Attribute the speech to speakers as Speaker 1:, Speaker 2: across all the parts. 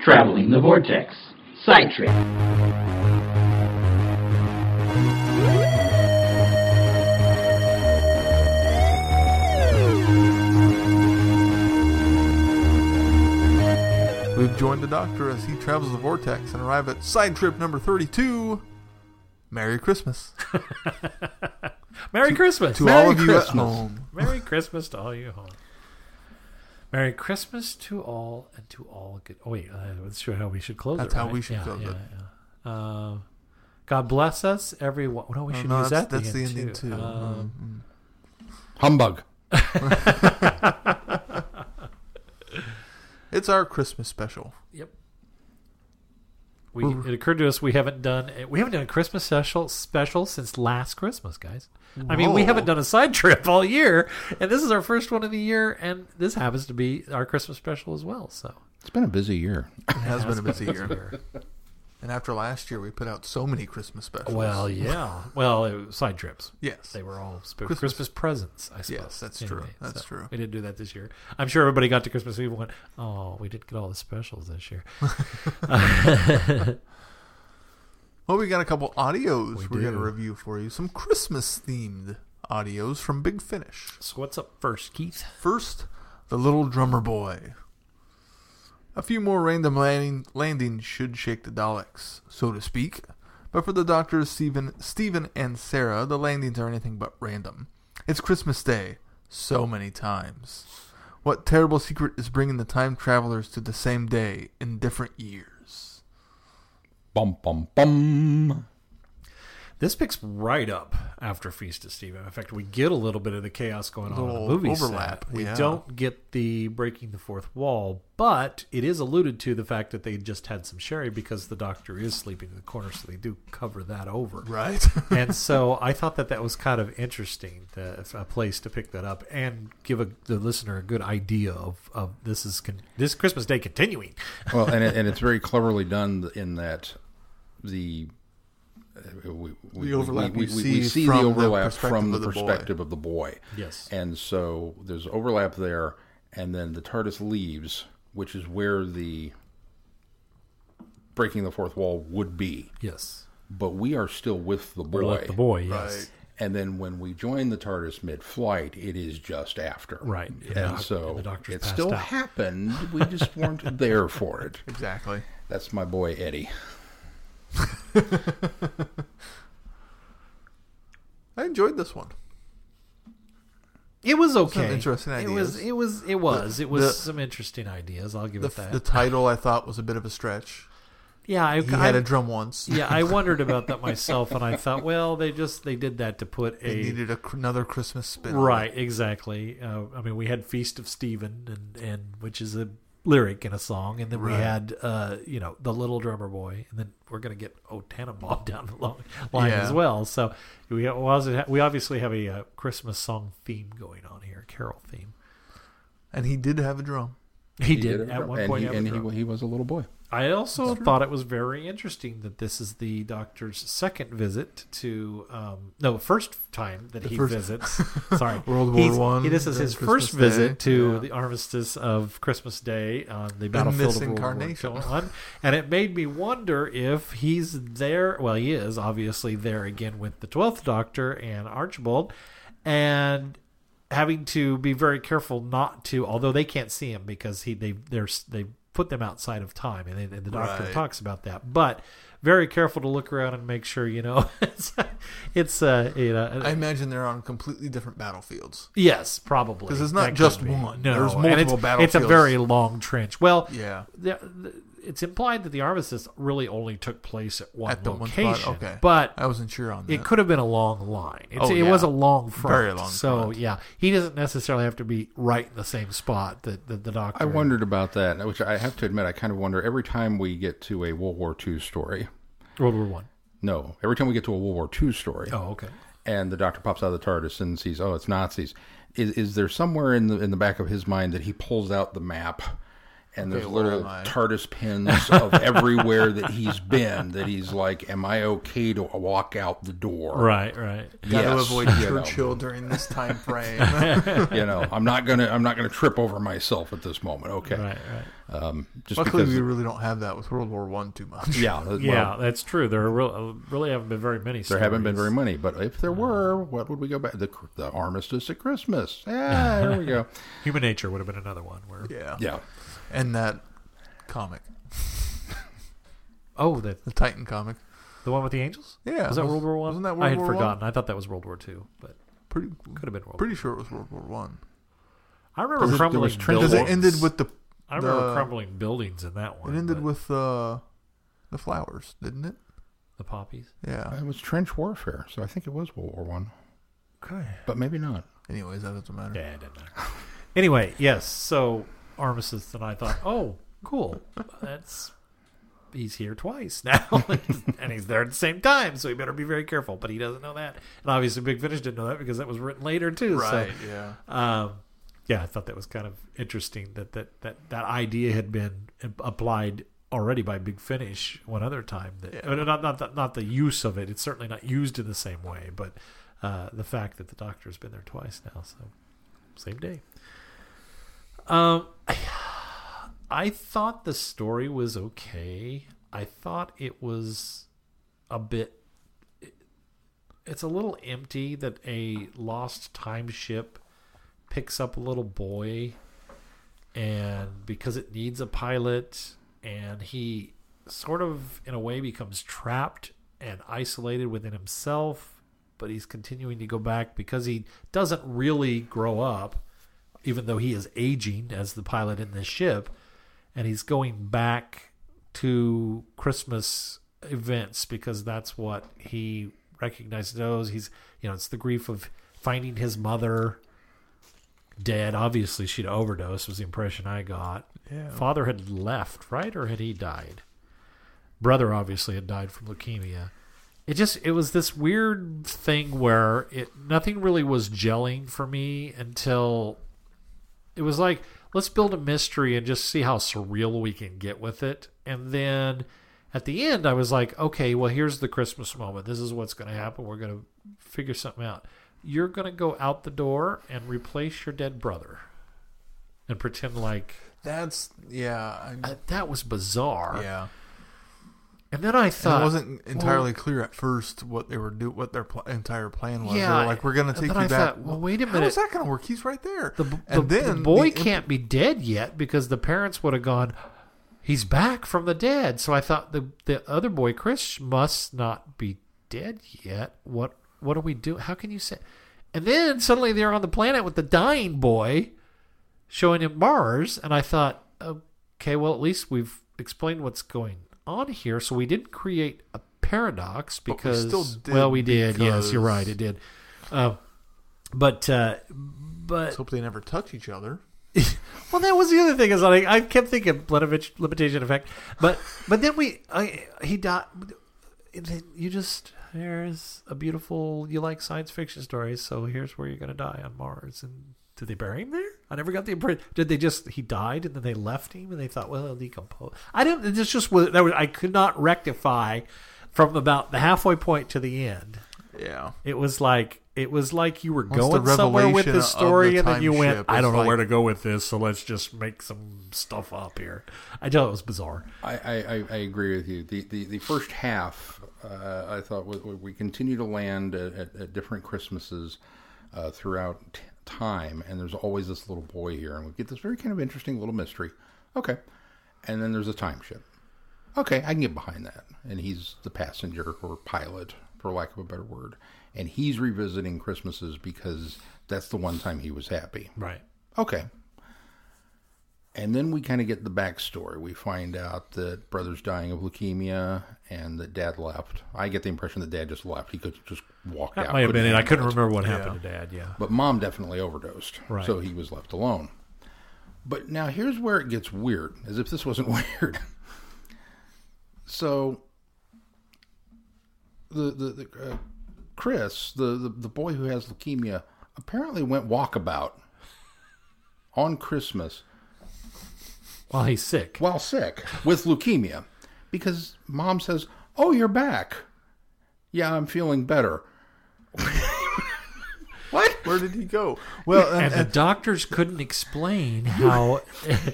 Speaker 1: Traveling the Vortex. Side Trip.
Speaker 2: We've joined the Doctor as he travels the vortex and arrive at side trip number 32. Merry Christmas.
Speaker 3: Merry Christmas.
Speaker 2: To
Speaker 3: Merry,
Speaker 2: all of you at
Speaker 1: Christmas.
Speaker 2: home.
Speaker 3: Merry Christmas to all you home. Merry Christmas to all and to all good. Oh wait, uh, that's sure how we should close
Speaker 2: That's
Speaker 3: it.
Speaker 2: how
Speaker 3: right?
Speaker 2: we should
Speaker 3: yeah,
Speaker 2: close
Speaker 3: yeah,
Speaker 2: it.
Speaker 3: Yeah. Um, God bless us, everyone. No, we
Speaker 2: Oh,
Speaker 3: should
Speaker 2: no,
Speaker 3: use
Speaker 2: that's,
Speaker 3: that.
Speaker 2: that's the
Speaker 3: end
Speaker 2: ending too.
Speaker 3: Um,
Speaker 2: Mm,
Speaker 4: Humbug.
Speaker 2: mm. it's our Christmas special.
Speaker 3: yep. We, it occurred to us we haven't done a, we haven't done a Christmas special special since last Christmas, guys. I mean, we
Speaker 2: Whoa.
Speaker 3: haven't done a side trip all year, and this is our first one of the year, and this happens to be our Christmas special as well. So
Speaker 4: It's been a busy year.
Speaker 2: It has been a busy year. And after last year, we put out so many Christmas specials.
Speaker 3: Well, yeah. Well, it was side trips.
Speaker 2: yes.
Speaker 3: They were all sp-
Speaker 2: Christmas.
Speaker 3: Christmas. presents, I suppose.
Speaker 2: Yes, that's true. That's true.
Speaker 3: We didn't do that this year. I'm sure everybody got to Christmas Eve and went, oh, we didn't get all the specials this year.
Speaker 2: Well, we got a couple audios we
Speaker 3: We
Speaker 2: are going to
Speaker 3: do.
Speaker 2: review for you. Some Christmas themed audios from Big Finish.
Speaker 3: so what's up first, Keith?
Speaker 2: First, The Little Drummer Boy. A few more random landing, landings should shake the Daleks, so to speak. But for the doctors, Stephen, Stephen and Sarah, the landings are anything but random. It's Christmas Day, so many times. What terrible secret is bringing the time travelers to the same day in different years?
Speaker 4: Bum bum bum.
Speaker 3: This picks right up after Feast of Stephen. In fact, we get a little bit of the chaos going on in the
Speaker 2: Little
Speaker 3: movie
Speaker 2: overlap,
Speaker 3: set. We
Speaker 2: yeah.
Speaker 3: don't get the breaking the fourth wall, but it is alluded to the fact that they just had some sherry because the doctor is sleeping in the corner, so they do cover that over.
Speaker 2: Right?
Speaker 3: and so I thought that that was kind of interesting, the, a place to pick that up and give a, the listener a good idea of, of this is con- this Christmas Day continuing.
Speaker 4: Well, and it, and it's very cleverly done in that the uh, we, we,
Speaker 2: The overlap
Speaker 4: we, we,
Speaker 2: you
Speaker 4: we-
Speaker 2: see
Speaker 4: we see the
Speaker 2: from the
Speaker 4: overlap
Speaker 2: perspective
Speaker 4: from the
Speaker 2: of the boy.
Speaker 4: perspective of the boy.
Speaker 3: Yes.
Speaker 4: And so there's overlap there, and then the TARDIS leaves, which is where the breaking the fourth wall would be.
Speaker 3: Yes,
Speaker 4: But we are still with the boy.
Speaker 3: or like the boy. Yes,
Speaker 4: And then when we join the TARDIS mid-flight, it is just after.
Speaker 3: Right.
Speaker 4: And
Speaker 3: Yeah.
Speaker 4: so
Speaker 3: And the doctor's
Speaker 4: it
Speaker 3: passed
Speaker 4: still
Speaker 3: out.
Speaker 4: happened. We just weren't there for it.
Speaker 2: Exactly.
Speaker 4: That's my boy Eddie.
Speaker 2: I enjoyed this one.
Speaker 3: it was okay.
Speaker 2: interesting
Speaker 3: It was.
Speaker 2: ideas.
Speaker 3: It was. It was. it was
Speaker 2: the-
Speaker 3: some interesting ideas. I'll give
Speaker 2: The,
Speaker 3: it that.
Speaker 2: the title I thought was a bit of a stretch.
Speaker 3: yeah, I,
Speaker 2: He
Speaker 3: I-
Speaker 2: had a drum once.
Speaker 3: yeah, I wondered about that myself, and I thought, well, they just they did that to put
Speaker 2: They
Speaker 3: a
Speaker 2: needed a, cr- another Christmas spin.
Speaker 3: Right, exactly. Uh, I mean, we had Feast of Stephen, and, and which is a lyric in a song, and then we
Speaker 2: Right.
Speaker 3: had uh, you know the Little Drummer Boy, and then we're gonna get Oh Tannenbaum down the long line
Speaker 2: Yeah.
Speaker 3: as well. So we ha- we also ha- we obviously have a uh, Christmas song theme going on here, carol theme.
Speaker 2: And he did have a drum.
Speaker 3: He,
Speaker 4: did
Speaker 3: did,
Speaker 4: it
Speaker 3: at
Speaker 4: from-
Speaker 3: one
Speaker 4: and
Speaker 3: point.
Speaker 4: He,
Speaker 3: have a
Speaker 4: and
Speaker 3: drum.
Speaker 4: he, he was a little boy.
Speaker 3: I also thought it was very interesting that this is the doctor's second visit to um, no first time that he
Speaker 2: first-
Speaker 3: visits. Sorry,
Speaker 2: World War
Speaker 3: He's-
Speaker 2: One, uh,
Speaker 3: This is his
Speaker 2: Christmas
Speaker 3: first
Speaker 2: Day.
Speaker 3: visit to
Speaker 2: Yeah.
Speaker 3: the armistice of Christmas Day on the battlefield of World War
Speaker 2: incarnation.
Speaker 3: One, and it made me wonder if he's there. Well, he is obviously there again with the Twelfth Doctor and Archibald, and having to be very careful not to, although they can't see him because he they they're they put them outside of time, and, they, and the doctor
Speaker 2: Right.
Speaker 3: talks about that. But very careful to look around and make sure you know it's it's uh you know
Speaker 2: I imagine they're on completely different battlefields.
Speaker 3: yes probably
Speaker 2: 'Cause it's not
Speaker 3: That could
Speaker 2: just
Speaker 3: be.
Speaker 2: one.
Speaker 3: No,
Speaker 2: There's
Speaker 3: and
Speaker 2: multiple
Speaker 3: it's, It's a
Speaker 2: battlefields.
Speaker 3: very long trench. Well,
Speaker 2: Yeah.
Speaker 3: the, the, it's implied that the armistice really only took place at one
Speaker 2: At the one
Speaker 3: location,
Speaker 2: spot. Okay.
Speaker 3: but
Speaker 2: I wasn't sure on that.
Speaker 3: it could have been a long line. It's,
Speaker 2: Oh,
Speaker 3: it
Speaker 2: yeah.
Speaker 3: was a long front.
Speaker 2: Very long
Speaker 3: So
Speaker 2: front.
Speaker 3: yeah, he doesn't necessarily have to be right in the same spot that, that the doctor.
Speaker 4: I wondered about that, which I have to admit, I kind of wonder every time we get to a World War II story.
Speaker 3: World War One.
Speaker 4: No, every time we get to a World War II story,
Speaker 3: Oh, okay.
Speaker 4: and the doctor pops out of the TARDIS and sees, oh, it's Nazis. Is, is there somewhere in the in the back of his mind that he pulls out the map and there's
Speaker 2: Okay, where
Speaker 4: little
Speaker 2: am I?
Speaker 4: TARDIS pins of everywhere that he's been. That he's like, "Am I okay to walk out the door?"
Speaker 3: Right, right.
Speaker 2: Got to
Speaker 4: Yes,
Speaker 2: avoid
Speaker 4: you know.
Speaker 2: Churchill during this time frame.
Speaker 4: you know, I'm not gonna, I'm not gonna trip over myself at this moment. Okay,
Speaker 3: Right, right.
Speaker 4: just
Speaker 2: Luckily,
Speaker 4: because,
Speaker 2: we really don't have that with World War One too much.
Speaker 4: yeah, well,
Speaker 3: Yeah, that's true. There are real, really haven't been very many.
Speaker 4: There haven't been very many, but if there were, what would we go back? The, the armistice at Christmas. Yeah, there we go.
Speaker 3: Human Nature would have been another one where.
Speaker 2: yeah,
Speaker 4: Yeah,
Speaker 2: And that comic,
Speaker 3: Oh, the
Speaker 2: the Titan comic.
Speaker 3: the one with the angels.
Speaker 2: Yeah,
Speaker 3: was that
Speaker 2: was-
Speaker 3: World War One?
Speaker 2: wasn't that
Speaker 3: I
Speaker 2: World
Speaker 3: had
Speaker 2: War One?
Speaker 3: forgotten. I thought that was World War Two, but
Speaker 2: Pretty,
Speaker 3: could have been World.
Speaker 2: pretty sure it was World War One.
Speaker 3: I remember
Speaker 4: Does it- there
Speaker 3: crumbling
Speaker 4: was trenches-
Speaker 2: Because
Speaker 3: buildings.
Speaker 2: it ended with the.
Speaker 3: I remember
Speaker 2: the-
Speaker 3: crumbling buildings in that one.
Speaker 2: It ended
Speaker 3: but-
Speaker 2: with uh, the flowers, didn't it?
Speaker 3: the poppies.
Speaker 2: Yeah.
Speaker 4: it was trench warfare, so I think it was World War One,
Speaker 3: Okay.
Speaker 4: but maybe not.
Speaker 2: Anyways, that doesn't matter.
Speaker 3: Yeah, it didn't matter. anyway, yes. So Armistice and I thought, oh, cool. That's he's here twice now, and he's there at the same time. So we better be very careful. But he doesn't know that, and obviously Big Finish didn't know that because that was written later too.
Speaker 2: Right.
Speaker 3: So,
Speaker 2: Yeah.
Speaker 3: um, yeah, I thought that was kind of interesting that that that that idea had been applied already by Big Finish one other time. That I mean, not not the, not the use of it. It's certainly not used in the same way, but uh, the fact that the Doctor's been there twice now, so same day. Um, I thought the story was okay. I thought it was a bit it's a little empty that a lost time ship picks up a little boy and because it needs a pilot and he sort of in a way becomes trapped and isolated within himself but he's continuing to go back because he doesn't really grow up even though he is aging as the pilot in this ship and he's going back to Christmas events because that's what he recognizes. Knows he's you know it's the grief of finding his mother dead. Obviously, she'd overdosed. Was the impression I got.
Speaker 2: Yeah.
Speaker 3: Father had left, right, or had he died? Brother obviously had died from leukemia. It just it was this weird thing where it nothing really was gelling for me until it was like let's build a mystery and just see how surreal we can get with it and then at the end i was like okay well here's the christmas moment this is what's going to happen we're going to figure something out you're going to go out the door and replace your dead brother and pretend like
Speaker 2: That's yeah. I,
Speaker 3: uh, that was bizarre
Speaker 2: yeah.
Speaker 3: and then i
Speaker 2: And
Speaker 3: thought
Speaker 2: it wasn't entirely clear at first what they were do, what their pl- entire plan was.
Speaker 3: Yeah,
Speaker 2: they were like, "We're going
Speaker 3: and
Speaker 2: to take you
Speaker 3: then I
Speaker 2: back."
Speaker 3: thought, well, wait a
Speaker 2: How is
Speaker 3: minute.
Speaker 2: that going to work? He's right there.
Speaker 3: the, b-
Speaker 2: and
Speaker 3: the- the
Speaker 2: then
Speaker 3: boy
Speaker 2: the-
Speaker 3: can't be dead yet because the parents would have gone he's back from the dead so i thought the the other boy chris must not be dead yet what what do we do how can you say and then suddenly they're on the planet with the dying boy showing him mars and i thought okay well at least we've explained what's going on here so we didn't create a paradox
Speaker 2: we
Speaker 3: because
Speaker 2: still did
Speaker 3: well we did yes you're
Speaker 2: because-
Speaker 3: right it did uh, but uh, but
Speaker 2: Let's hope they never touch each other.
Speaker 3: well, that was the other thing is like I kept thinking Blinovich limitation effect, but but then we I he died. You just here's a beautiful you like science fiction stories, so here's where you're gonna die on Mars. And did they bury him there? I never got the impression. Did they just he died and then they left him and they thought well he'll decompose? I didn't. This just was, that was I could not rectify from about the halfway point to the end.
Speaker 2: Yeah.
Speaker 3: It was like it was like you were
Speaker 2: Once
Speaker 3: going
Speaker 2: the
Speaker 3: somewhere with
Speaker 2: revelation
Speaker 3: this
Speaker 2: of
Speaker 3: story,
Speaker 2: the
Speaker 3: and then
Speaker 2: time
Speaker 3: you went,
Speaker 2: ship
Speaker 3: "I
Speaker 2: is
Speaker 3: don't know
Speaker 2: like-
Speaker 3: where to go with this, so let's just make some stuff up here." I know it was bizarre.
Speaker 4: I, I, I- I agree with you. The the, the first half, uh, I thought we, we continue to land at, at, at different Christmases uh, throughout t- time, and there's always this little boy here, and we get this very kind of interesting little mystery. Okay, and then there's a time ship. Okay, I can get behind that, and he's the passenger or pilot, for lack of a better word, and he's revisiting Christmases because that's the one time he was happy.
Speaker 3: Right.
Speaker 4: Okay. And then we kind of get the backstory. We find out that brother's dying of leukemia and that dad left. I get the impression that dad just left. He could just walk
Speaker 3: That
Speaker 4: out.
Speaker 3: might have been
Speaker 4: couldn't
Speaker 3: it. I
Speaker 4: handle
Speaker 3: couldn't remember what happened to Dad. Yeah.
Speaker 4: But mom definitely overdosed.
Speaker 3: Right.
Speaker 4: So he was left alone. But now here's where it gets weird, as if this wasn't weird. so the the, the uh, Chris, the, the the boy who has leukemia, apparently went walkabout on Christmas
Speaker 3: while he's sick.
Speaker 4: while sick with leukemia because mom says, Oh, you're back. Yeah, I'm feeling better. what?
Speaker 2: Where did he go? Well, and,
Speaker 3: And the doctors couldn't explain how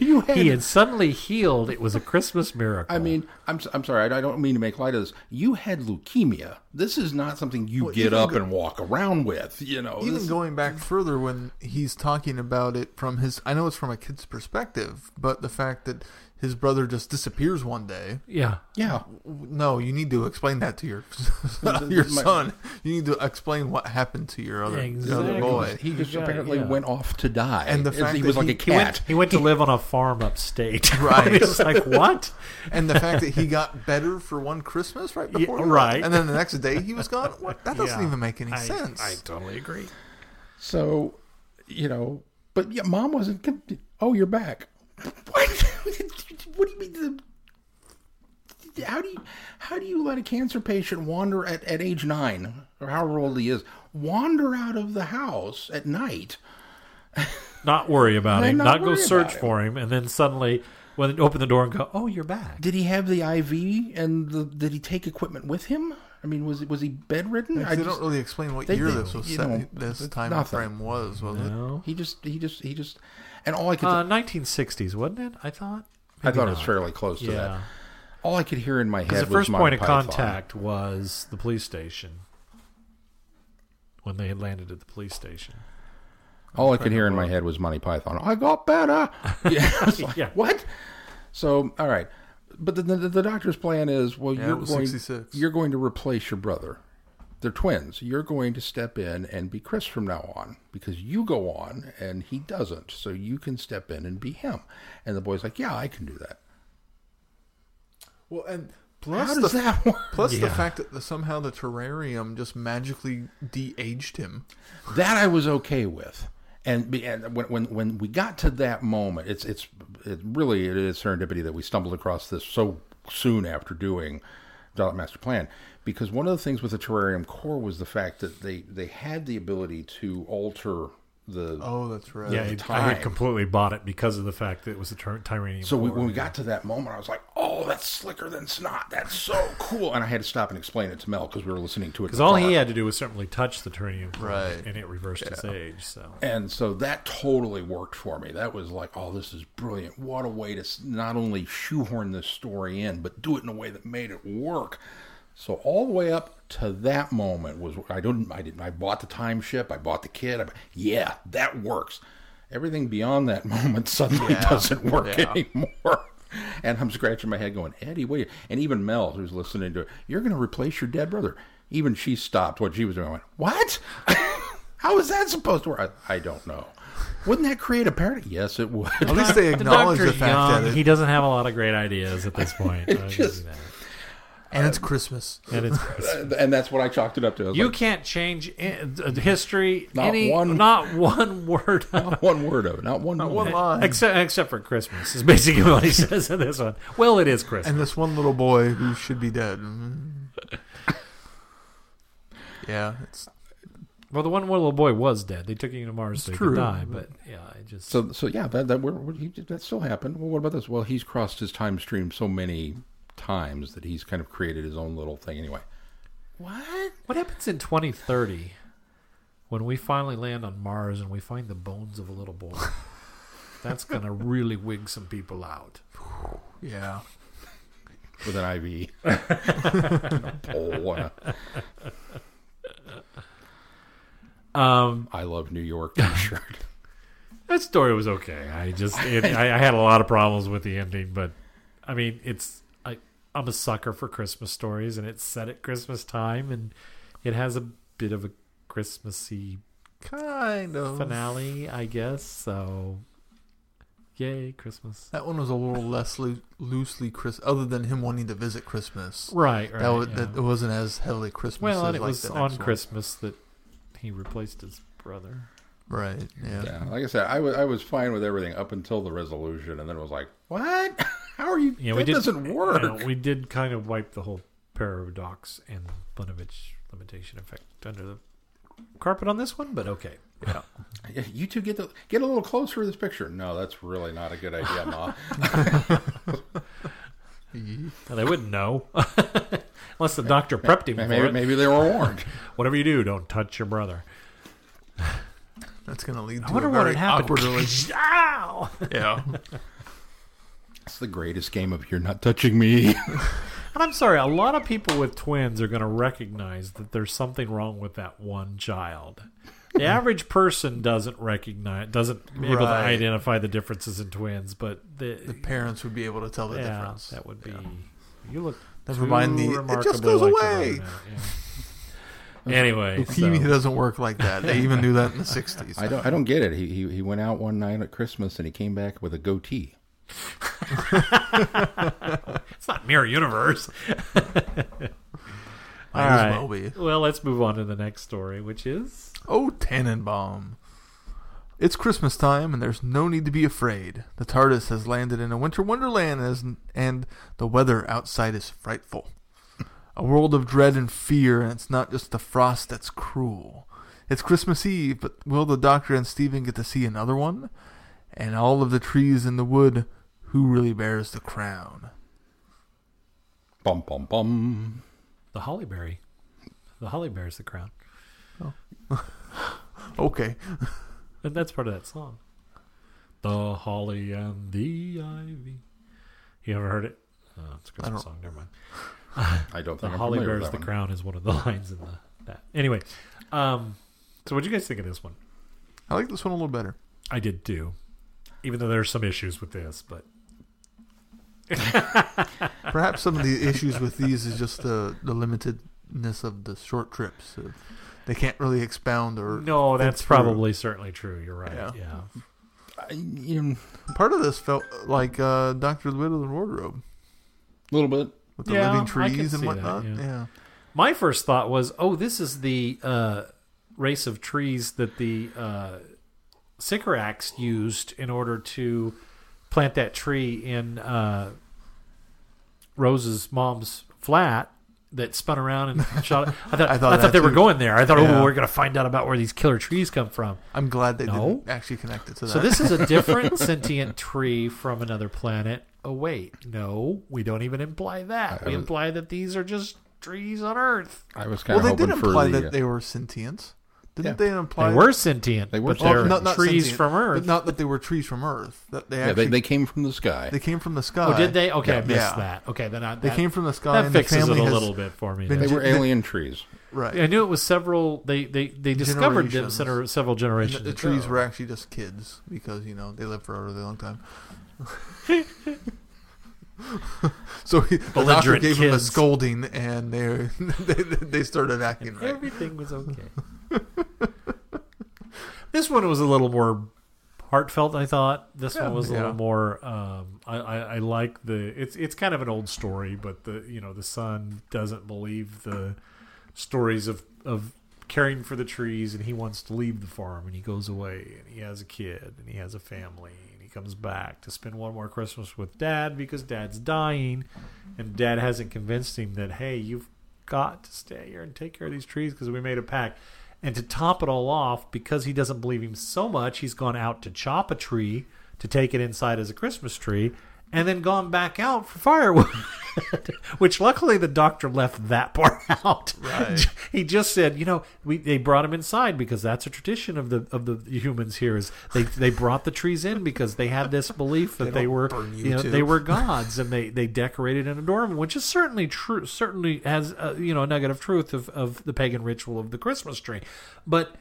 Speaker 4: You had-
Speaker 3: he had suddenly healed. It was a Christmas miracle.
Speaker 4: I mean, I'm, s- I'm sorry, I I don't mean to make light of this. You had leukemia. This is not something you get
Speaker 2: even
Speaker 4: up
Speaker 2: go-
Speaker 4: and walk around with, you know.
Speaker 2: even
Speaker 4: this-
Speaker 2: going back further when he's talking about it from his i know it's from a kid's perspective but the fact that his brother just disappears one day
Speaker 3: yeah.
Speaker 4: yeah.
Speaker 2: no you need to explain that to your your
Speaker 4: My-
Speaker 2: son you need to explain what happened to your other, your other
Speaker 3: Exactly.
Speaker 2: boy
Speaker 4: He just
Speaker 3: Yeah,
Speaker 4: apparently
Speaker 3: yeah.
Speaker 4: went off to die.
Speaker 2: And the
Speaker 4: As
Speaker 2: fact
Speaker 4: he
Speaker 2: that
Speaker 4: was like
Speaker 2: he-
Speaker 4: a
Speaker 2: he
Speaker 4: cat.
Speaker 2: went-
Speaker 3: He went to live on a farm upstate.
Speaker 2: Right.
Speaker 3: it's like, what?
Speaker 2: and the fact that he got better for one christmas right before he left,
Speaker 3: right.
Speaker 2: and then the next day he was gone what? that doesn't
Speaker 3: Yeah.
Speaker 2: even make any
Speaker 3: I-
Speaker 2: sense
Speaker 3: I totally agree.
Speaker 4: So, you know, but yeah, mom wasn't. Con- oh, you're back. What? what do you mean? The, how do you how do you let a cancer patient wander at, at age nine or however old he is wander out of the house at night?
Speaker 3: Not worry about
Speaker 4: Then
Speaker 3: him.
Speaker 4: not
Speaker 3: Not go
Speaker 4: worry about
Speaker 3: search
Speaker 4: him.
Speaker 3: for him. And then suddenly, when they open the door and go, oh, you're back.
Speaker 4: Did he have the IV and the, did he take equipment with him? I mean, was was he bedridden?
Speaker 2: Because
Speaker 4: I
Speaker 2: they
Speaker 4: just-
Speaker 2: don't really explain what
Speaker 4: they-
Speaker 2: year
Speaker 4: they-
Speaker 2: this was
Speaker 4: you
Speaker 2: set,
Speaker 4: know,
Speaker 2: this
Speaker 4: it's
Speaker 2: time
Speaker 4: nothing.
Speaker 2: frame was was it
Speaker 3: No.
Speaker 4: he just he just he just and all I could
Speaker 3: Uh, 1960s, wasn't it? I thought.
Speaker 4: I thought it was uh,
Speaker 3: not.
Speaker 4: fairly close to that.
Speaker 3: Yeah.
Speaker 4: All I could hear in my head
Speaker 3: Because the
Speaker 4: was
Speaker 3: first
Speaker 4: Monty
Speaker 3: point of
Speaker 4: Python.
Speaker 3: contact was the police station when they had landed at the police station.
Speaker 4: All I could hear in my head was Monty Python. I got better. Yeah, I was like,
Speaker 3: Yeah.
Speaker 4: What? So, all right. But the, the, the doctor's plan is, well,
Speaker 2: Yeah,
Speaker 4: you're
Speaker 2: it was
Speaker 4: going,
Speaker 2: 66.
Speaker 4: you're going to replace your brother. They're twins. You're going to step in and be Chris from now on because you go on and he doesn't. So you can step in and be him. And the boy's like, yeah, I can do that.
Speaker 2: well and
Speaker 4: How
Speaker 2: plus
Speaker 4: does that work?
Speaker 2: Plus the
Speaker 3: Yeah.
Speaker 2: fact that the, somehow the terrarium just magically de-aged him.
Speaker 4: that I was okay with. And, be- and when, when when we got to that moment, it's it's it really it is serendipity that we stumbled across this so soon after doing Dollar Master Plan, because one of the things with the terrarium core was the fact that they they had the ability to alter the
Speaker 2: Oh, that's right.
Speaker 3: Yeah, I- I
Speaker 4: time.
Speaker 3: had completely bought it because of the fact that it was a tyr- Tyranium.
Speaker 4: So we,
Speaker 3: ore.
Speaker 4: when we got to that moment, I was like, "Oh, that's slicker than snot. That's so cool!" And I had to stop and explain it to Mel because we were listening to it. in
Speaker 3: because
Speaker 4: the
Speaker 3: all
Speaker 4: car.
Speaker 3: he had to do was certainly touch the Tyranium, core,
Speaker 2: Right.
Speaker 3: and it reversed his age. So
Speaker 4: And so that totally worked for me. That was like, oh, this is brilliant. What a way to s- not only shoehorn this story in, but do it in a way that made it work. So all the way up to that moment was I didn't I didn't I bought the time ship, I bought the kid. I, yeah, that works. Everything beyond that moment suddenly doesn't work anymore. And I'm scratching my head going, Eddie, wait. And even Mel, who's listening to it, you're going to replace your dead brother. Even she stopped what she was doing. I went, what? How is that supposed to work? I, I don't know. Wouldn't that create a parody? Yes, it would.
Speaker 2: At least they acknowledge the,
Speaker 3: Dr.
Speaker 2: fact
Speaker 3: Young,
Speaker 2: that
Speaker 3: he
Speaker 2: it,
Speaker 3: doesn't have a lot of great ideas at this point. I'll give you
Speaker 4: just-
Speaker 3: that.
Speaker 2: and it's Christmas.
Speaker 3: and it's
Speaker 4: and that's what I chalked it up to. I was
Speaker 3: you
Speaker 4: like,
Speaker 3: can't change in, uh, history.
Speaker 4: Not
Speaker 3: any,
Speaker 4: one-
Speaker 3: not one word. of
Speaker 4: not one word of it. Not one.
Speaker 2: Not one
Speaker 4: line.
Speaker 2: line.
Speaker 3: Except, except for Christmas is basically what he says in this one. Well, it is Christmas.
Speaker 2: and this one little boy who should be dead. Mhm. yeah, it's
Speaker 3: well, the one little boy was dead. They took him to Mars so he
Speaker 2: true.
Speaker 3: could die. But yeah, I just
Speaker 4: So, so yeah, that that, we're, we're- he, did- that still happened. Well, what about this? Well, he's crossed his time stream so many times that he's kind of created his own little thing. Anyway,
Speaker 3: what? What happens in 2030 when we finally land on Mars and we find the bones of a little boy? That's gonna really wig some people out.
Speaker 2: yeah.
Speaker 4: with an IV, And a pole and a
Speaker 3: Um,
Speaker 4: I love New York T-shirt.
Speaker 3: that story was okay. I just it, I, I had a lot of problems with the ending, but I mean, it's I I'm a sucker for Christmas stories, and it's set at Christmas time, and it has a bit of a Christmassy
Speaker 2: Kind of.
Speaker 3: finale, I guess. So, yay, Christmas!
Speaker 2: That one was a little less loo- loosely Chris, other than him wanting to visit Christmas.
Speaker 3: Right, right.
Speaker 2: that, was,
Speaker 3: yeah.
Speaker 2: that it wasn't as heavily Christmas.
Speaker 3: well,
Speaker 2: as
Speaker 3: and it
Speaker 2: like
Speaker 3: was
Speaker 2: the
Speaker 3: on
Speaker 2: next one.
Speaker 3: Christmas that he replaced his brother.
Speaker 2: right? Yeah.
Speaker 4: Yeah, like I said, I was I was fine with everything up until the resolution, and then it was like, what? How are you?
Speaker 3: Yeah,
Speaker 4: that
Speaker 3: we did,
Speaker 4: doesn't work.
Speaker 3: yeah, we did kind of wipe the whole paradox and Blinovich limitation effect under the carpet on this one, but okay.
Speaker 2: Yeah.
Speaker 4: Yeah, You two get the, get a little closer to this picture. No, that's really not a good idea, Ma.
Speaker 3: And they wouldn't know. Unless the doctor prepped him for
Speaker 4: maybe,
Speaker 3: it.
Speaker 4: maybe they were warned.
Speaker 3: Whatever you do, don't touch your brother.
Speaker 2: That's going to lead to
Speaker 3: I wonder
Speaker 2: a
Speaker 3: what
Speaker 2: very
Speaker 3: had happened.
Speaker 2: awkward relationship.
Speaker 3: Ow!
Speaker 2: yeah.
Speaker 4: It's the greatest game of you're not touching me.
Speaker 3: And I'm sorry, a lot of people with twins are going to recognize that there's something wrong with that one child. The average person doesn't recognize, doesn't be able to
Speaker 2: Right.
Speaker 3: identify the differences in twins, but the,
Speaker 2: Parents would be able to tell the
Speaker 3: yeah,
Speaker 2: difference.
Speaker 3: that would be. You look.
Speaker 2: Never
Speaker 3: too
Speaker 2: mind the- it
Speaker 3: remarkably
Speaker 2: just goes
Speaker 3: like your
Speaker 2: away.
Speaker 3: brother now, yeah. Anyway,
Speaker 2: TV
Speaker 3: so-
Speaker 2: doesn't work like that. They even do that in the 60s.
Speaker 4: I don't I don't get it. He, he he went out one night at Christmas and he came back with a goatee.
Speaker 3: it's not mirror universe.
Speaker 2: Might
Speaker 3: All
Speaker 2: as
Speaker 3: right.
Speaker 2: well be.
Speaker 3: Well, let's move on to the next story, which is
Speaker 2: Oh, Tannenbaum. It's Christmas time, and there's no need to be afraid. The TARDIS has landed in a winter wonderland, as, and the weather outside is frightful. A world of dread and fear, and it's not just the frost that's cruel. It's Christmas Eve, but will the Doctor and Stephen get to see another one? And all of the trees in the wood, who really bears the crown?
Speaker 4: Bum bum bum.
Speaker 3: the Hollyberry. The Hollyberry is the crown,
Speaker 2: Okay.
Speaker 3: and that's part of that song. The Holly and the Ivy. You ever heard it? Oh, it's a
Speaker 2: I don't-
Speaker 3: Christmas song. Never mind.
Speaker 4: I don't think
Speaker 3: The
Speaker 4: I'm
Speaker 3: Holly
Speaker 4: familiar
Speaker 3: bears
Speaker 4: with
Speaker 3: the
Speaker 4: that one.
Speaker 3: crown is one of the lines in the that. Anyway, um, so what do you guys think of this one?
Speaker 2: I like this one a little better.
Speaker 3: I did too, even though there's some issues with this, but
Speaker 2: Perhaps some of the issues with these is just the the limitedness of the short trips. So they can't really expound or
Speaker 3: no,
Speaker 2: think
Speaker 3: that's
Speaker 2: through.
Speaker 3: probably certainly true. You're right.
Speaker 2: Yeah.
Speaker 3: yeah.
Speaker 4: I- you know,
Speaker 2: Part of this felt like uh, Doctor the Widow and Wardrobe
Speaker 4: a little bit.
Speaker 2: with the
Speaker 3: Yeah, I
Speaker 2: living
Speaker 3: can
Speaker 2: trees and
Speaker 3: see that,
Speaker 2: whatnot.
Speaker 3: yeah.
Speaker 2: yeah.
Speaker 3: My first thought was, oh, this is the uh, race of trees that the uh, Sycorax used in order to plant that tree in uh, Rose's mom's flat that spun around and shot. it. I thought, I
Speaker 2: I
Speaker 3: thought,
Speaker 2: thought that
Speaker 3: they were
Speaker 2: too.
Speaker 3: going there. I thought,
Speaker 2: Yeah.
Speaker 3: oh, we're going to find out about where these killer trees come from.
Speaker 2: I'm glad they
Speaker 3: No.
Speaker 2: didn't actually connect it to that.
Speaker 3: So this is a different sentient tree from another planet. Oh wait, no, we don't even imply that.
Speaker 4: I- I
Speaker 3: We
Speaker 4: was-
Speaker 3: imply that these are just trees on Earth.
Speaker 4: I was kind
Speaker 2: well,
Speaker 4: of
Speaker 2: they
Speaker 4: hoping
Speaker 2: did
Speaker 4: for
Speaker 2: imply
Speaker 4: the. uh,
Speaker 2: that they were sentient, didn't
Speaker 4: Yeah.
Speaker 2: they? Imply
Speaker 3: They were sentient.
Speaker 4: They
Speaker 3: They
Speaker 4: were
Speaker 3: were but
Speaker 4: sentient.
Speaker 3: they're
Speaker 4: Well,
Speaker 2: not, not
Speaker 3: trees
Speaker 2: sentient,
Speaker 3: from
Speaker 2: but
Speaker 3: Earth.
Speaker 2: Not that they were trees from Earth. That they
Speaker 4: yeah, they,
Speaker 2: actually
Speaker 4: they came from the sky.
Speaker 2: they came from the sky.
Speaker 3: oh, did they? Okay, I
Speaker 4: Yeah.
Speaker 3: missed
Speaker 2: Yeah.
Speaker 3: that. Okay, then I,
Speaker 2: They
Speaker 3: that,
Speaker 2: came from the sky.
Speaker 3: that
Speaker 2: and the
Speaker 3: fixes it
Speaker 2: family
Speaker 3: a
Speaker 2: has-
Speaker 3: little bit for me.
Speaker 2: been
Speaker 3: then.
Speaker 4: They were
Speaker 2: They-
Speaker 4: alien trees.
Speaker 2: Right.
Speaker 3: I knew it was several. They they, they discovered them
Speaker 2: Generations.
Speaker 3: center, several
Speaker 2: And the,
Speaker 3: generations.
Speaker 2: the trees were actually just kids because you know they lived for a really long time. so he, the doctor
Speaker 3: Belligerent
Speaker 2: gave him a
Speaker 3: kids.
Speaker 2: scolding, and they they, they started acting right.
Speaker 3: Everything was okay. this one was a little more heartfelt. I thought this
Speaker 2: Yeah.
Speaker 3: one was a
Speaker 2: Yeah.
Speaker 3: little more. Um, I, I, I like the. It's it's kind of an old story, but the you know the son doesn't believe the stories of of caring for the trees, and he wants to leave the farm, and he goes away, and he has a kid, and he has a family. and he Comes back to spend one more Christmas with dad because dad's dying, and dad hasn't convinced him that hey, you've got to stay here and take care of these trees because we made a pact. And to top it all off, because he doesn't believe him so much, he's gone out to chop a tree to take it inside as a Christmas tree and then gone back out for firewood. Which luckily the doctor left that part out.
Speaker 2: Right.
Speaker 3: He just said, you know, we they brought him inside because that's a tradition of the of the humans here is they they brought the trees in because they had this belief that they,
Speaker 2: don't
Speaker 3: were
Speaker 2: burn you
Speaker 3: you know,
Speaker 2: too.
Speaker 3: they were were gods, and they they decorated and adorned them, which is certainly true. Certainly has uh, you know a nugget of truth of of the pagan ritual of the Christmas tree, but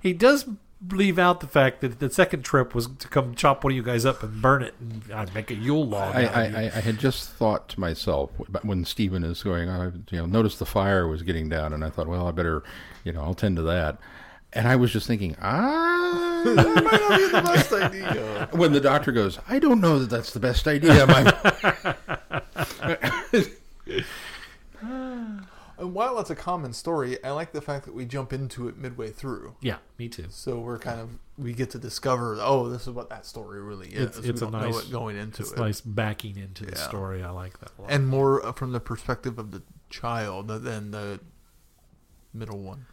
Speaker 3: he does leave out the fact that the second trip was to come chop one of you guys up and burn it and I'd make a Yule log.
Speaker 4: I,
Speaker 3: out of
Speaker 4: I,
Speaker 3: you.
Speaker 4: I, I had just thought to myself wh- when Stephen is going, I you know noticed the fire was getting down, and I thought, well, I better, you know, I'll tend to that. And I was just thinking, ah,
Speaker 2: That might not be the best idea.
Speaker 4: when the doctor goes, I don't know that that's the best idea. My,
Speaker 2: And while that's a common story, I like the fact that we jump into it midway through,
Speaker 3: yeah, me too.
Speaker 2: so we're kind of we get to discover. Oh, this is what that story really is.
Speaker 3: It's-
Speaker 2: We
Speaker 3: it's a
Speaker 2: don't know
Speaker 3: nice-
Speaker 2: it going into
Speaker 3: It's
Speaker 2: it,
Speaker 3: nice backing into the
Speaker 2: Yeah.
Speaker 3: story. I like that a lot.
Speaker 2: and more uh, from the perspective of the child than the middle one.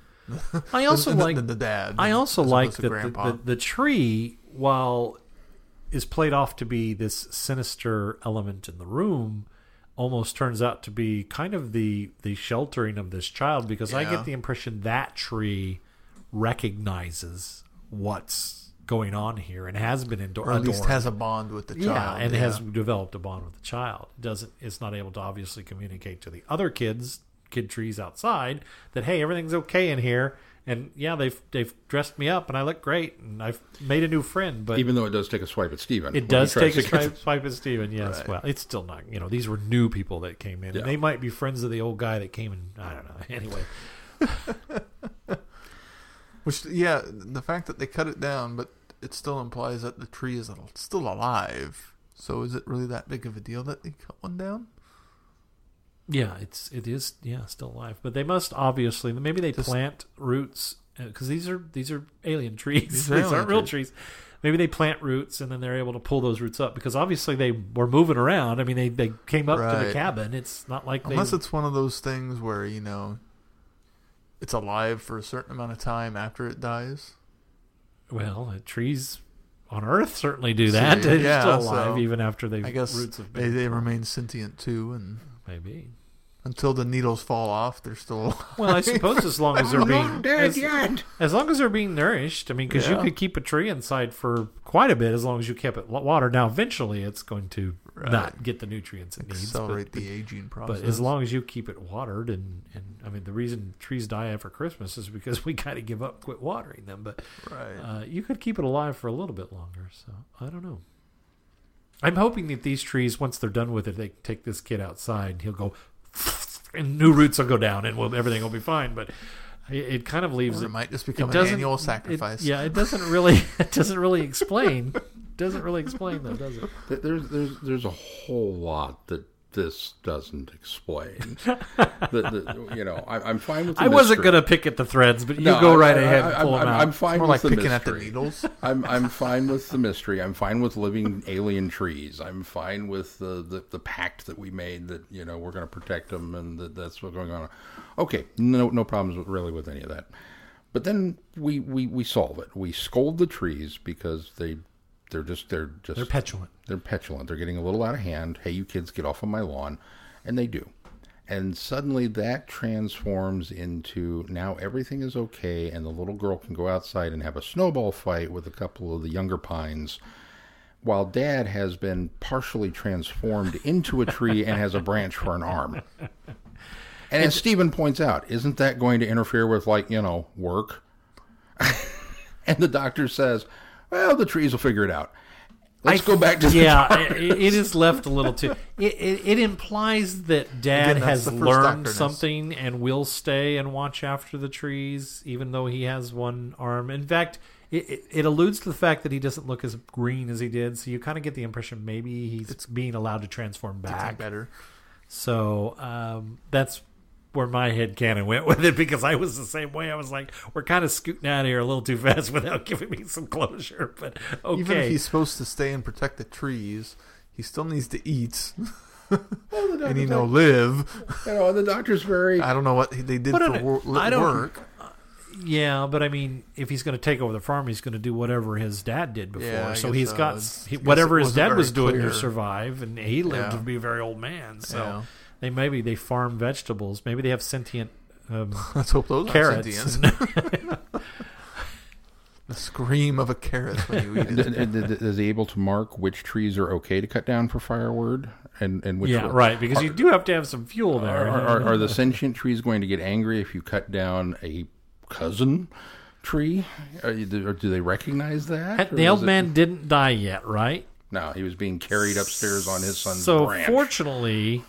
Speaker 3: I also
Speaker 2: And the-
Speaker 3: like
Speaker 2: the, the dad.
Speaker 3: I also
Speaker 2: as
Speaker 3: like
Speaker 2: opposed to
Speaker 3: that the,
Speaker 2: grandpa.
Speaker 3: the, the tree, while is played off to be this sinister element in the room, almost turns out to be kind of the the sheltering of this child because I
Speaker 2: Yeah.
Speaker 3: get the impression that tree recognizes what's going on here and has been indoor
Speaker 2: or at least
Speaker 3: adoring.
Speaker 2: has a bond with the child.
Speaker 3: yeah, and has developed a bond with the child. It doesn't it's not able to obviously communicate to the other kids, kid trees outside, that hey, everything's okay in here, and yeah, they've they've dressed me up and I look great and I've made a new friend, but
Speaker 4: Even though it does take a swipe at Steven. when he
Speaker 3: it does
Speaker 4: tries
Speaker 3: take a
Speaker 4: to get- Oh,
Speaker 3: swipe, swipe at Steven, yes. Well, it's still not, you know, these were new people that came in.
Speaker 4: Yeah.
Speaker 3: They might be friends of the old guy that came in. I don't know. Anyway,
Speaker 2: Which, yeah, the fact that they cut it down, but it still implies that the tree is al- still alive. So is it really that big of a deal that they cut one down?
Speaker 3: yeah, it's it is yeah, still alive, but they must obviously maybe they plant roots because these are these are alien trees. These,
Speaker 2: These are alien
Speaker 3: aren't real
Speaker 2: trees.
Speaker 3: trees. Maybe they plant roots and then they're able to pull those roots up because obviously they were moving around. I mean, they they came up to the
Speaker 2: Right.
Speaker 3: cabin. It's not like
Speaker 2: Unless
Speaker 3: they
Speaker 2: it's one of those things where, you know, it's alive for a certain amount of time after it dies.
Speaker 3: well uh, trees on Earth certainly do that.
Speaker 2: See,
Speaker 3: They're
Speaker 2: yeah,
Speaker 3: still alive
Speaker 2: so
Speaker 3: even after they
Speaker 2: I guess
Speaker 3: roots have
Speaker 2: they,
Speaker 3: been
Speaker 2: they remain sentient too, and
Speaker 3: maybe.
Speaker 2: until the needles fall off, they're still alive.
Speaker 3: Well, I suppose as long as they're
Speaker 4: I'm
Speaker 3: being
Speaker 4: not dead
Speaker 3: as,
Speaker 4: yet.
Speaker 3: as long as they're being nourished. I mean, because you
Speaker 2: Yeah.
Speaker 3: could keep a tree inside for quite a bit as long as you kept it wa- water. Now, eventually, it's going to not get the nutrients it needs. But,
Speaker 2: accelerate the aging process.
Speaker 3: but as long as you keep it watered, and and I mean, the reason trees die after Christmas is because we kind of give up, quit watering them. But
Speaker 2: right.
Speaker 3: uh, you could keep it alive for a little bit longer. So I don't know. I'm hoping that these trees, once they're done with it, they take this kid outside. and He'll go, and new roots will go down, and we'll, everything will be fine. But it, it kind of leaves
Speaker 2: Or
Speaker 3: it.
Speaker 2: it might just become
Speaker 3: it
Speaker 2: an
Speaker 3: doesn't-
Speaker 2: annual
Speaker 3: it-
Speaker 2: sacrifice.
Speaker 3: yeah, it doesn't really. It doesn't really explain. doesn't really explain though, does it?
Speaker 4: Th- There's there's there's a whole lot that this doesn't explain. the, the, you know, I, I'm fine with. The
Speaker 3: I wasn't
Speaker 4: mystery.
Speaker 3: gonna pick at the threads, but you
Speaker 4: No,
Speaker 3: go
Speaker 4: I-
Speaker 3: right
Speaker 4: I-
Speaker 3: ahead
Speaker 4: I,
Speaker 3: and pull
Speaker 4: am
Speaker 3: them out.
Speaker 4: I'm fine
Speaker 2: More
Speaker 4: with
Speaker 2: like
Speaker 4: the
Speaker 2: picking at
Speaker 4: mystery.
Speaker 2: the needles.
Speaker 4: I'm I'm fine with the mystery. I'm fine with living alien trees. I'm fine with the, the, the pact that we made that you know we're going to protect them and that that's what's going on. Okay, no no problems with, really with any of that. But then we, we, we solve it. We scold the trees because they they're just they're just
Speaker 3: They're petulant.
Speaker 4: they're petulant. They're getting a little out of hand. Hey, you kids, get off of my lawn. And they do. And suddenly that transforms into now everything is okay, and the little girl can go outside and have a snowball fight with a couple of the younger pines, while dad has been partially transformed into a tree and has a branch for an arm. And as Stephen points out, isn't that going to interfere with, like, you know, work? and the doctor says, well, the trees will figure it out. Let's
Speaker 3: I
Speaker 4: go
Speaker 3: th-
Speaker 4: back to the
Speaker 3: yeah. i- i- it is left a little too. It, it, it implies that Dad
Speaker 2: Again, that's
Speaker 3: has
Speaker 2: the first
Speaker 3: learned
Speaker 2: doctorness.
Speaker 3: something and will stay and watch after the trees, even though he has one arm. In fact, it, it, it alludes to the fact that he doesn't look as green as he did. So you kind of get the impression maybe he's being allowed to transform back.
Speaker 2: better.
Speaker 3: So um, that's where my head cannon went with it because I was the same way. I was like, we're kind of scooting out of here a little too fast without giving me some closure. But okay,
Speaker 2: Even if he's supposed to stay and protect the trees, he still needs to eat
Speaker 4: Well, the
Speaker 2: and
Speaker 4: doc-
Speaker 2: you know live.
Speaker 4: you know, the doctor's very.
Speaker 2: I don't know what they did
Speaker 3: But
Speaker 2: for
Speaker 3: I-
Speaker 2: wor- li-
Speaker 3: I don't-
Speaker 2: work.
Speaker 3: Yeah, but I mean, if he's going to take over the farm, he's going to do whatever his dad did before.
Speaker 2: Yeah, I
Speaker 3: so
Speaker 2: guess
Speaker 3: he's
Speaker 2: so.
Speaker 3: got
Speaker 2: It's-
Speaker 3: he,
Speaker 2: I guess
Speaker 3: whatever
Speaker 2: it
Speaker 3: his
Speaker 2: wasn't
Speaker 3: dad
Speaker 2: very
Speaker 3: was doing
Speaker 2: clear.
Speaker 3: to survive, and he lived
Speaker 2: Yeah.
Speaker 3: to be a very old man. So
Speaker 2: Yeah.
Speaker 3: they maybe they farm vegetables. Maybe they have sentient um,
Speaker 2: Let's hope those aren't
Speaker 3: carrots.
Speaker 2: sentient. The scream of a carrot when you eat
Speaker 4: Th-
Speaker 2: it.
Speaker 4: th- th- Is he able to mark which trees are okay to cut down for firewood and and which?
Speaker 3: yeah,
Speaker 4: are-
Speaker 3: right. Because you do have to have some
Speaker 2: Oh,
Speaker 3: fuel there.
Speaker 4: Are, are, are the sentient trees going to get angry if you cut down a cousin tree? Are you, do- or do they recognize that? Or
Speaker 3: the old
Speaker 4: is it-
Speaker 3: man didn't die yet, right?
Speaker 4: No, he was being carried upstairs on his son's
Speaker 3: so
Speaker 4: branch.
Speaker 3: fortunately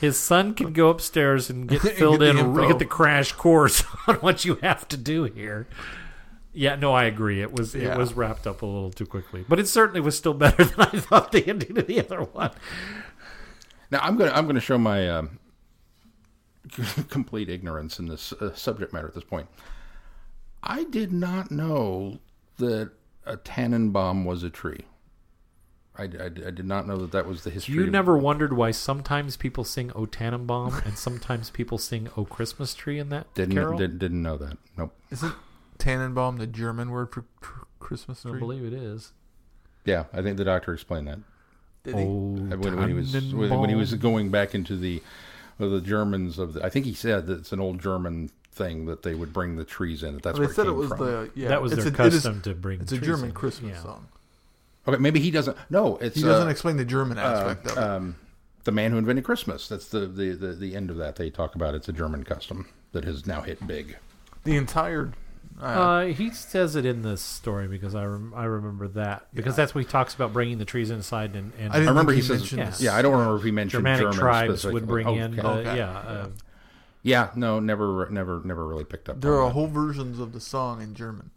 Speaker 3: his son can go upstairs and get filled
Speaker 2: Get
Speaker 3: in
Speaker 2: the
Speaker 3: and
Speaker 2: info.
Speaker 3: get the crash course on what you have to do here yeah no i agree it was
Speaker 2: Yeah.
Speaker 3: it was wrapped up a little too quickly but it certainly was still better than i thought the ending of the other one
Speaker 4: Now I'm gonna I'm gonna show my um, complete ignorance in this uh, subject matter at this point. I did not know that a Tannenbaum was a tree. I, I- I did not know that that was the history.
Speaker 3: You
Speaker 4: of-
Speaker 3: never wondered why sometimes people sing "O Tannenbaum" and sometimes people sing "O Christmas Tree" in that
Speaker 4: didn't
Speaker 3: carol?
Speaker 4: did, didn't know that. Nope.
Speaker 2: Isn't Tannenbaum the German word for cr- Christmas
Speaker 3: I
Speaker 2: tree?
Speaker 3: don't believe it is.
Speaker 4: Yeah, I think the doctor explained that Uh,
Speaker 2: Did he?
Speaker 3: Oh,
Speaker 4: when, when he was when, when he was going back into the of the Germans of the. I think he said that it's an old German thing that they would bring the trees in. That that's
Speaker 2: they
Speaker 4: where it
Speaker 2: said
Speaker 4: came
Speaker 2: it was
Speaker 4: from.
Speaker 2: the yeah.
Speaker 3: that was
Speaker 2: it's
Speaker 3: their
Speaker 2: a, it is-
Speaker 3: custom to bring.
Speaker 2: it's a
Speaker 3: trees
Speaker 2: German
Speaker 3: in.
Speaker 2: Christmas
Speaker 3: Yeah.
Speaker 2: song.
Speaker 4: Okay, maybe he doesn't. No, it's
Speaker 2: He doesn't
Speaker 4: uh,
Speaker 2: explain the German aspect of it.
Speaker 4: um, the man who invented Christmas. That's the, the, the, the end of that. They talk about it's a German custom that has now hit big.
Speaker 2: The entire. Uh,
Speaker 3: Uh, he says it in this story because I rem- I remember that because that's what he talks about bringing the trees inside and, and
Speaker 2: I didn't
Speaker 4: I remember
Speaker 2: think
Speaker 4: he,
Speaker 2: he
Speaker 4: says,
Speaker 2: mentioned
Speaker 4: yeah.
Speaker 3: this.
Speaker 4: I don't remember if he mentioned
Speaker 3: Germanic
Speaker 4: German
Speaker 3: tribes
Speaker 4: specifically.
Speaker 3: would bring in the
Speaker 4: Okay.
Speaker 3: yeah. Uh,
Speaker 4: yeah, no, never, never, never really picked up.
Speaker 2: there
Speaker 4: on
Speaker 2: are
Speaker 4: that.
Speaker 2: whole versions of the song in German.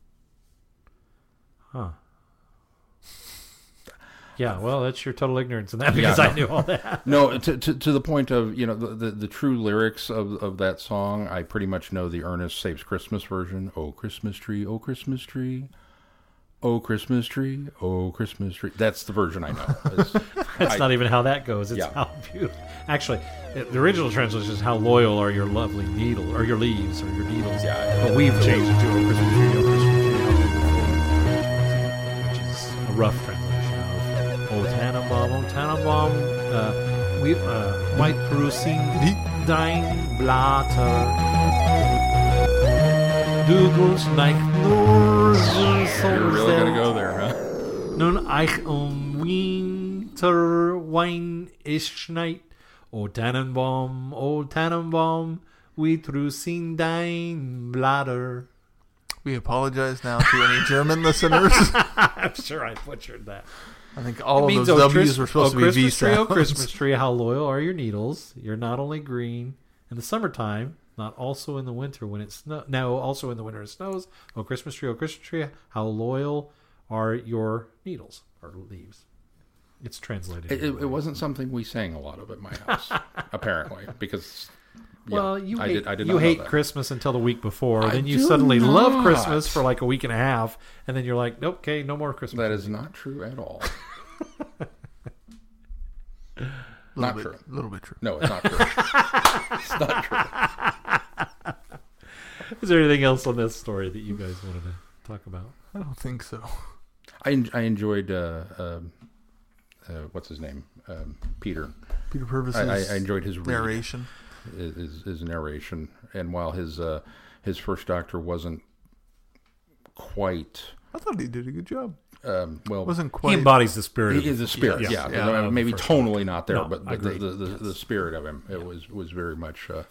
Speaker 3: huh. Yeah, well, that's your total ignorance in that because
Speaker 4: Yeah,
Speaker 3: I knew all that.
Speaker 4: no to, to, to the point of you know the, the, the true lyrics of, of that song i pretty much know the ernest saves christmas version oh christmas tree oh christmas tree oh christmas tree oh christmas tree that's the version i know It's-
Speaker 3: That's
Speaker 4: I-
Speaker 3: not even how that goes. It's
Speaker 4: Yeah.
Speaker 3: how beautiful. Actually, it- the original translation is how loyal are your lovely needle or your leaves or your needles.
Speaker 4: Yeah.
Speaker 3: but we've changed it to a Christmas tree, oh, Christmas tree, oh, Christmas tree, which is a rough translation of "Oh, "O Tannenbaum, O Tannenbaum, uh, we uh, white Russin, dein Blatter." Du grüßt mich nur so
Speaker 4: you're really gonna
Speaker 3: selten.
Speaker 4: go there huh
Speaker 3: Nun eich um winter wine ist schneit. O Tannenbaum, O Tannenbaum, we trusin dein Blätter.
Speaker 2: We apologize now to any German listeners.
Speaker 3: I'm sure I butchered that.
Speaker 2: I think all of those
Speaker 3: "O
Speaker 2: W's
Speaker 3: oh, Christ-
Speaker 2: were supposed
Speaker 3: O
Speaker 2: to be V
Speaker 3: Christmas tree, O
Speaker 2: sounds.
Speaker 3: Christmas tree, how loyal are your needles? You're not only green in the summertime, not also in the winter when it snows. No, also in the winter it snows. O Christmas tree, O Christmas tree, how loyal are your needles or leaves? It's translated.
Speaker 4: it, it, it wasn't something we sang a lot of at my house apparently because yeah,
Speaker 3: Well, you
Speaker 4: I
Speaker 3: hate,
Speaker 4: did, I did
Speaker 3: you
Speaker 4: not know
Speaker 3: hate
Speaker 4: that.
Speaker 3: Christmas until the week before.
Speaker 4: I
Speaker 3: then you
Speaker 4: do
Speaker 3: suddenly love
Speaker 4: not.
Speaker 3: Christmas for like a week and a half, and then you're like, nope, okay, no more Christmas.
Speaker 4: that is not true at all
Speaker 2: Little
Speaker 4: Not
Speaker 2: bit-
Speaker 4: true.
Speaker 2: Little bit true.
Speaker 4: no it's not true
Speaker 3: Is there anything else on this story that you guys wanted to talk about?
Speaker 2: I don't think so.
Speaker 4: I, en- I enjoyed uh, um uh, what's his name um, Peter.
Speaker 2: Peter Purvis.
Speaker 4: I, I, I enjoyed his read,
Speaker 2: narration.
Speaker 4: his, his- his narration, and while his uh, his first Doctor wasn't quite
Speaker 2: I thought he did a good job.
Speaker 4: um, well,
Speaker 2: Wasn't
Speaker 3: He
Speaker 2: quite.
Speaker 3: embodies the spirit.
Speaker 4: he- the spirit,
Speaker 3: Yes,
Speaker 4: yeah,
Speaker 3: yeah,
Speaker 4: uh,
Speaker 3: of the
Speaker 4: maybe
Speaker 3: first
Speaker 4: tonally not there,
Speaker 3: No,
Speaker 4: but,
Speaker 3: I
Speaker 4: but the,
Speaker 3: agree,
Speaker 4: the, the, the spirit of him it was was very much uh,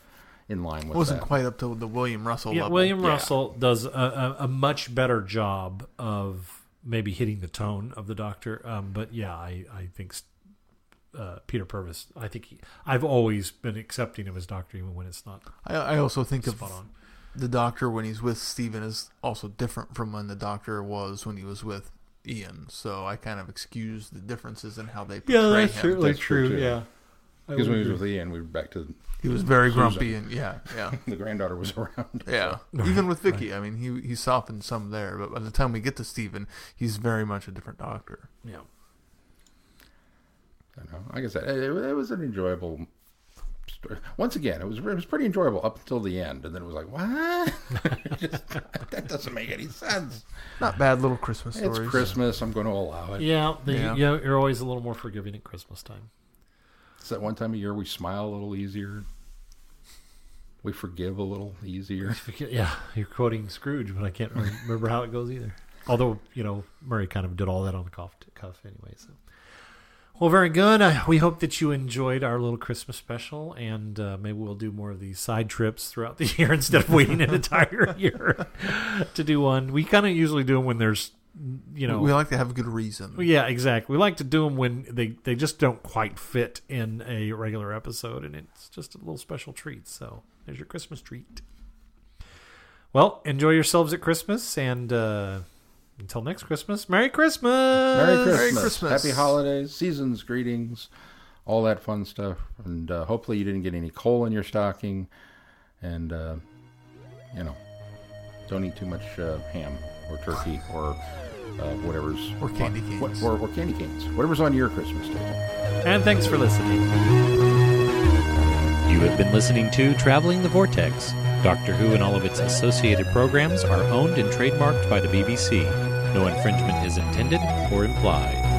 Speaker 4: in line with
Speaker 2: wasn't
Speaker 4: that.
Speaker 2: quite up to the William Russell
Speaker 3: yeah,
Speaker 2: level.
Speaker 3: William
Speaker 4: Yeah.
Speaker 3: Russell does a, a, a much better job of maybe hitting the tone of the Doctor. Um, but yeah, I, I think uh, Peter Purvis. I think he, I've always been accepting of his Doctor, even when it's not
Speaker 2: I, I also think of
Speaker 3: spot on.
Speaker 2: the Doctor when he's with Steven is also different from when the Doctor was when he was with Ian. So I kind of excuse the differences in how they portray him.
Speaker 4: That's true, too.
Speaker 3: Yeah. I
Speaker 4: because
Speaker 3: would
Speaker 4: when he
Speaker 3: agree.
Speaker 4: was with Ian, we were back to
Speaker 2: He was very
Speaker 4: Susan.
Speaker 2: grumpy and yeah, yeah.
Speaker 4: the granddaughter was around.
Speaker 2: Yeah, even with Vicky, I mean, he he softened some there, but by the time we get to Steven, he's very much a different doctor.
Speaker 3: Yeah.
Speaker 4: I don't know. Like I said, it, it was an enjoyable. Story. Once again, it was it was pretty enjoyable up until the end, and then it was like, what? Just- that doesn't make any sense.
Speaker 2: Not bad little Christmas stories.
Speaker 4: It's Christmas. I'm going to allow it.
Speaker 3: Yeah, the,
Speaker 2: Yeah.
Speaker 3: you know, you're always a little more forgiving at Christmas time.
Speaker 4: It's that one time a year we smile a little easier. We forgive a little easier.
Speaker 3: Yeah, you're quoting Scrooge, but I can't remember how it goes either. Although you know Murray kind of did all that on the cuff, cuff anyway. So, well, very good. I, we hope that you enjoyed our little Christmas special, and uh, maybe we'll do more of these side trips throughout the year instead of waiting an entire year to do one. We kind of usually do them when there's, you know,
Speaker 2: We like to have a good reason.
Speaker 3: Well, Yeah, exactly. We like to do them when they, they just don't quite fit in a regular episode, and it's just a little special treat. So there's your Christmas treat. Well, enjoy yourselves at Christmas, and uh, until next Christmas, Merry Christmas!
Speaker 4: Merry Christmas.
Speaker 2: Christmas.
Speaker 4: Happy holidays, seasons, greetings, all that fun stuff. And uh, hopefully you didn't get any coal in your stocking. And, uh, you know, don't eat too much uh, ham or turkey or uh, whatever's
Speaker 2: Or candy canes.
Speaker 4: what- or, or candy canes, whatever's on your Christmas table.
Speaker 5: And thanks for listening.
Speaker 3: You have been listening to Traveling the Vortex. Doctor Who and all of its associated programs are owned and trademarked by the BBC. No infringement is intended or implied.